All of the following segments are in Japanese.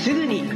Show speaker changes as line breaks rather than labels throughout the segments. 役立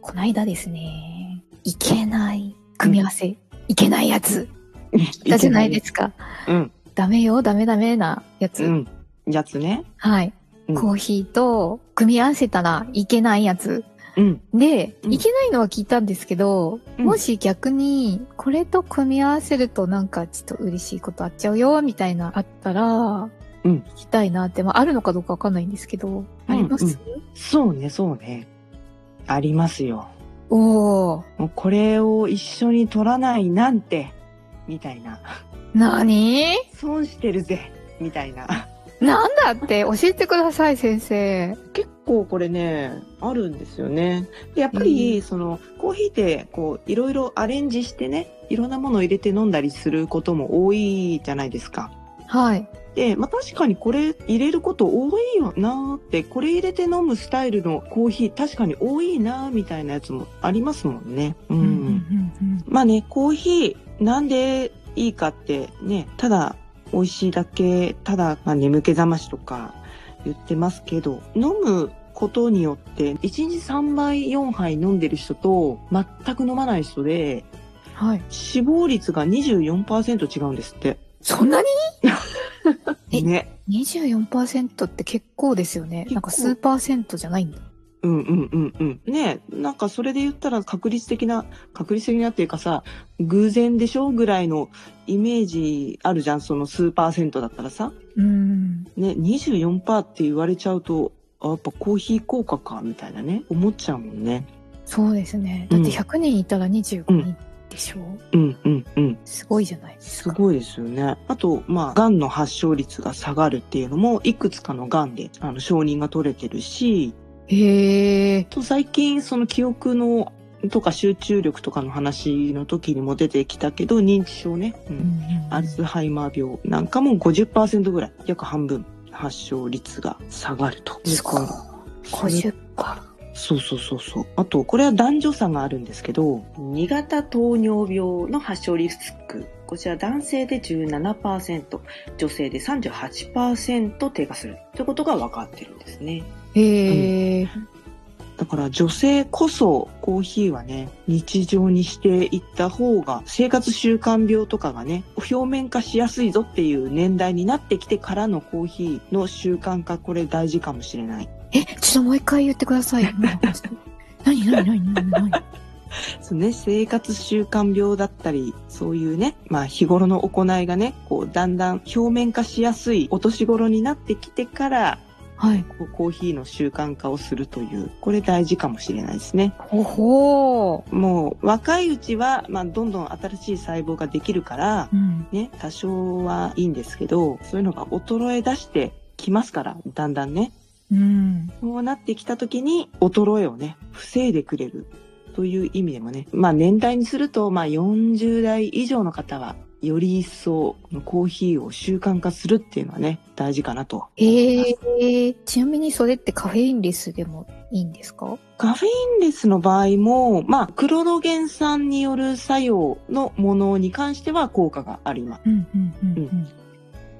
こないだですね、いけない組み合わせ、いけないやつ、
う。
だじゃないですか。
うん。
ダメよ、ダメダメなやつ。
うん。やつね。
はい、
うん
コーヒーと組み合わせたらいけないやつ。
うん。
で、
うん
いけないのは聞いたんですけど、
うん
もし逆に、これと組み合わせるとなんかちょっと嬉しいことあっちゃうよ、みたいなあったら、
ん
聞きたいなって、まあ、あるのかどうかわかんないんですけど、あります、
そうね、そうね。ありますよ。
おー、
もうこれを一緒に取らないなんて、みたいな。
なに
損してるぜ、みたいな。
なんだって教えてください、先生。
結構これね、あるんですよね。でやっぱ
う
り、その、コーヒーって、こう、いろいろアレンジしてね、いろんなものを入れて飲んだりすることも多いじゃないですか。
はい。
で、まあ、確かにこれ入れること多いよなーって、これ入れて飲むスタイルのコーヒー確かに多いなーみたいなやつもありますもんね。うん。
うんうんうん
まあね、コーヒーなんでいいかってね、ただ美味しいだけ、ただ、まあ、眠気覚ましとか言ってますけど、飲むことによって1日3杯4杯飲んでる人と全く飲まない人で
はい。
死亡率が24%違うんですって。
そんなにえ
ね。
24%って結構ですよね。
結構
なんか数パーセントじゃないんだ。
うんうんうんうん。ねえなんかそれで言ったら確率的な、確率的なっていうかさ、偶然でしょぐらいのイメージあるじゃん、その数パーセントだったらさ。
うん。
ね、24%って言われちゃうと、あやっぱコーヒー効果か、みたいなね、思っちゃうもんね。
そうですね。だ
う
っ
ん
て100人いたら25人でしょ、
うんうんうん。
すごいじゃないです
す
か。
ごいですよね。あと、まあ、癌の発症率が下がるっていうのも、いくつかの癌で、あの、承認が取れてるし、
へえ。
と最近その記憶のとか集中力とかの話の時にも出てきたけど認知症ね、うんアルツハイマー病なんかも50%ぐらい約半分発症率が下がると
すごい
それ
50パ
そうそうそうそうあとこれは男女差があるんですけど
2型糖尿病の発症リスクこちら男性で17%女性で38%低下するということが分かってるんですね
ー。へえ、
だから女性こそコーヒーはね日常にしていった方が生活習慣病とかがね表面化しやすいぞっていう年代になってきてからのコーヒーの習慣化これ大事かもしれない。
え、ちょっともう一回言ってくだ さい。何何何何何
そうね、生活習慣病だったり、そういうね、まあ日頃の行いがね、こうだんだん表面化しやすいお年頃になってきてから、
はい。
こうコーヒーの習慣化をするという、これ大事かもしれないですね。
ほほ
もう若いうちは、まあどんどん新しい細胞ができるから
ー。、うん。
ね、多少はいいんですけど、そういうのが衰え出してきますから、だんだんね。
うん。
そうなってきた時に衰えをね、防いでくれるという意味でもね、まあ年代にすると、まあ40代以上の方は、より一層コーヒーを習慣化するっていうのはね、大事かなと。
えー、ちなみにそれってカフェインレスでもいいんですか
カフェインレスの場合も、まあ、クロロゲン酸による作用のものに関しては効果があります。
うんうんうん
う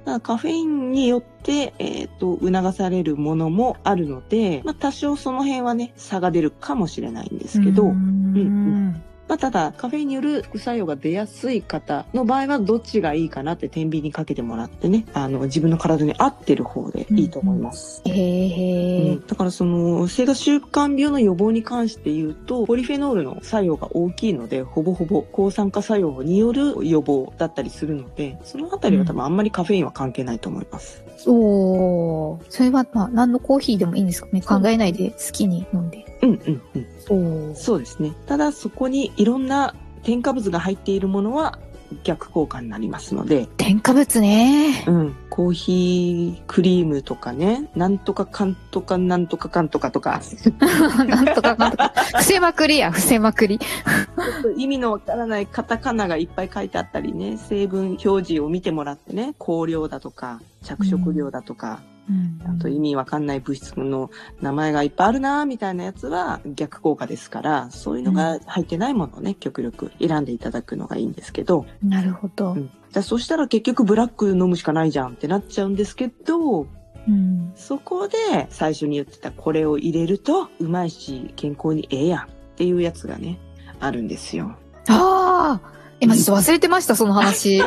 ただカフェインによって、えっ、と、促されるものもあるので、まあ、多少その辺はね、差が出るかもしれないんですけど、
うん
んまあ、ただ、カフェインによる副作用が出やすい方の場合は、どっちがいいかなって天秤にかけてもらってね、あの、自分の体に合ってる方でいいと思います。
へえへ
う
え
ん、だからその生活習慣病の予防に関して言うとポリフェノールの作用が大きいのでほぼほぼ抗酸化作用による予防だったりするのでそのあたりは多分あんまりカフェインは関係ないと思います。
おーそれは、まあ、何のコーヒーでもいいんですかね。
そう
考えないで好きに飲んで。
うんうんうん、
おお
そうですねただそこにいろんな添加物が入っているものは逆効果になりますので、
添加物ね。
うん、コーヒークリームとかねなんとかかんとかなんとかかんとかとか
なんとかなんとか。伏せまくりや、伏せまくり。
意味のわからないカタカナがいっぱい書いてあったりね、成分表示を見てもらってね、香料だとか、着色料だとか、
うん
あと意味わかんない物質の名前がいっぱいあるなみたいなやつは逆効果ですから、そういうのが入ってないものをね、極力選んでいただくのがいいんですけど、
なるほど。
だそしたら結局ブラック飲むしかないじゃんってなっちゃうんですけど、
うん。
そこで最初に言ってたこれを入れるとうまいし健康にええやんっていうやつがね、あるんですよ。
ああ今ちょっと忘れてました、その 話。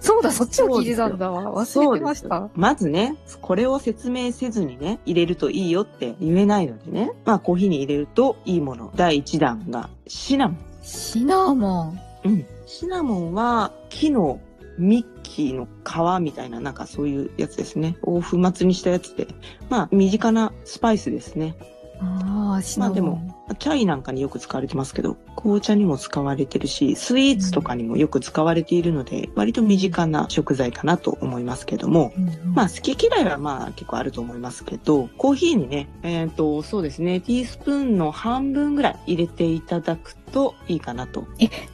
そうだ、そっちを聞いてたんだわ。忘れてまし
そう
た
で。すまずね、これを説明せずにね、入れるといいよって言えないのでね。まあ、コーヒーに入れるといいもの。第1弾がシナモン。
シナモン。
うん。シナモンは木のミッキーの皮みたいな、なんかそういうやつですね。を粉末にしたやつで。まあ、身近なスパイスですね。
ああ、シナモン。
まあでもチャイなんかによく使われてますけど、紅茶にも使われてるし、スイーツとかにもよく使われているので、割と身近な食材かなと思いますけども。
うんうん、
まあ好き嫌いはまあ結構あると思いますけど、コーヒーにね、えっ、と、そうですね、ティースプーンの半分ぐらい入れていただくといいかなと。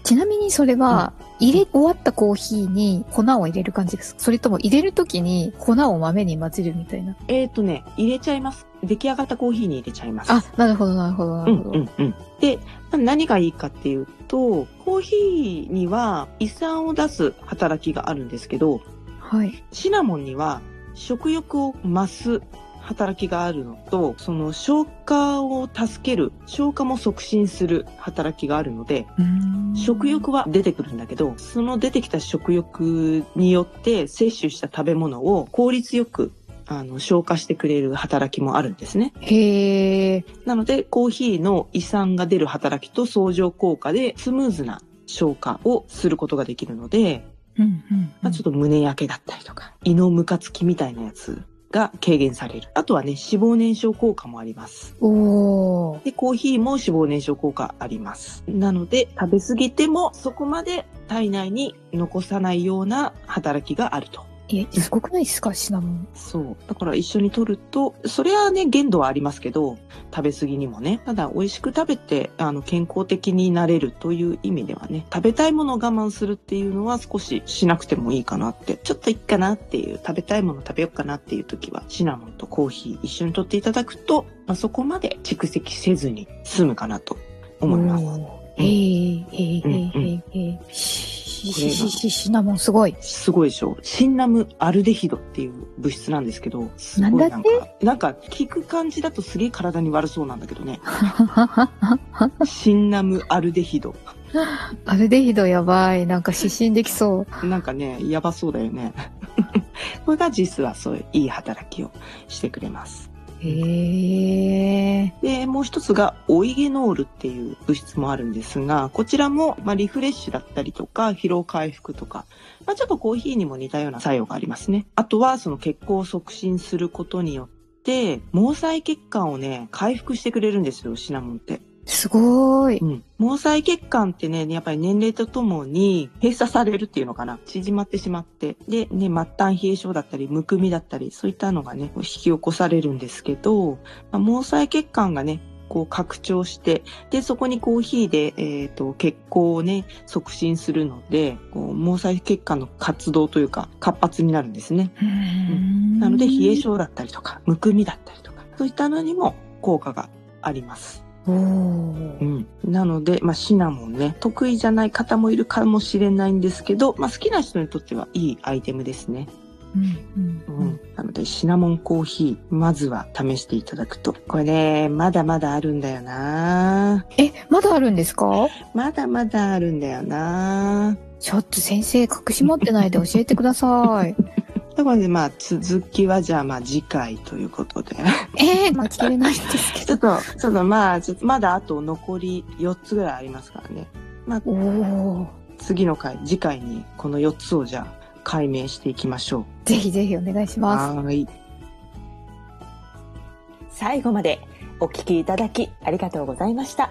ちなみにそれは、入れ終わったコーヒーに粉を入れる感じですかそれとも入れるときに粉を豆に混ぜるみたいな。
えっ、とね、入れちゃいます。出来上がったコーヒーに入れちゃいます。
あ、なるほど、なるほど、な
う
る
ん
ほど。
うんうん。で、まあ何がいいかっていうと、コーヒーには胃酸を出す働きがあるんですけど、
はい。
シナモンには食欲を増す働きがあるのと、その消化を助ける、消化も促進する働きがあるので、食欲は出てくるんだけど、その出てきた食欲によって摂取した食べ物を効率よくあの消化してくれる働きもあるんですね。
へえ。
なので、コーヒーの胃酸が出る働きと相乗効果でスムーズな消化をすることができるので、
うんうん。
まあ、ちょっと胸焼けだったりとか、胃のムカつきみたいなやつが軽減される。あとはね、脂肪燃焼効果もあります。
と。おー。
で、コーヒーも脂肪燃焼効果あります。なので、食べ過ぎてもそこまで体内に残さないような働きがあると。
え、すごくないですかシナモン。
そう。だから一緒に取ると、それはね、限度はありますけど、食べ過ぎにもね。ただ、美味しく食べて、あの、健康的になれるという意味ではね、食べたいものを我慢するっていうのは少ししなくてもいいかなって、ちょっといっかなっていう、食べたいもの食べようかなっていう時は、シナモンとコーヒー一緒に取っていただくと、まあ、そこまで蓄積せずに済むかなと思います。
おー。へえ、へえ、
うん
へえ、へえ、へえ。し、し、し、し、シナモンすごい。
すごいでしょシンナムアルデヒドっていう物質なんですけど、すごい
な
なんん
だ
か、
っ
なん
て
か聞く感じだとすげえ体に悪そうなんだけどね。シンナムアルデヒド。
アルデヒドやばい。なんか失神できそう。
なんかね、やばそうだよね。 これが実はそういういい働きをしてくれます。
へえ。
で、もう一つがオイゲノールっていう物質もあるんですが、こちらも、まあ、リフレッシュだったりとか、疲労回復とか、まあ、ちょっとコーヒーにも似たような作用がありますね。あとは、その血行を促進することによって、毛細血管をね、回復してくれるんですよ、シナモンって。
すごい。
うん。毛細血管ってね、やっぱり年齢とともに閉鎖されるっていうのかな。縮まってしまって。で、ね、末端冷え症だったり、むくみだったり、そういったのがね、こう引き起こされるんですけど、まあ毛細血管がね、こう拡張して、で、そこにコーヒーで、えっ、と、血行をね、促進するので、こう毛細血管の活動というか、活発になるんですね。な
な
ので、冷え症だったりとか、むくみだったりとか、そういったのにも効果があります。
おー
うん、なので、まあ、シナモンね得意じゃない方もいるかもしれないんですけど、まあ、好きな人にとってはいいアイテムですね、
うんうん
うん、なので、シナモンコーヒー、まずは試していただくと。これ、まだまだあるんだよな
え、まだあるんですか
まだまだあるんだよな
ちょっと先生、隠し持ってないで教えてください。
ということで、まあ、続きはじゃあ、まあ、次回ということで。
えー、待ちきれないんですけ
ちょ っと、ちょっとまあ、ちょっとまだあと残り4つぐらいありますからね。まあ、
ど。おー。
次の回、次回にこの4つをじゃあ解明していきましょ
ぜひぜひお願いし
う。
ます。
はーい。
最後までお聞きいただきありがとうございました。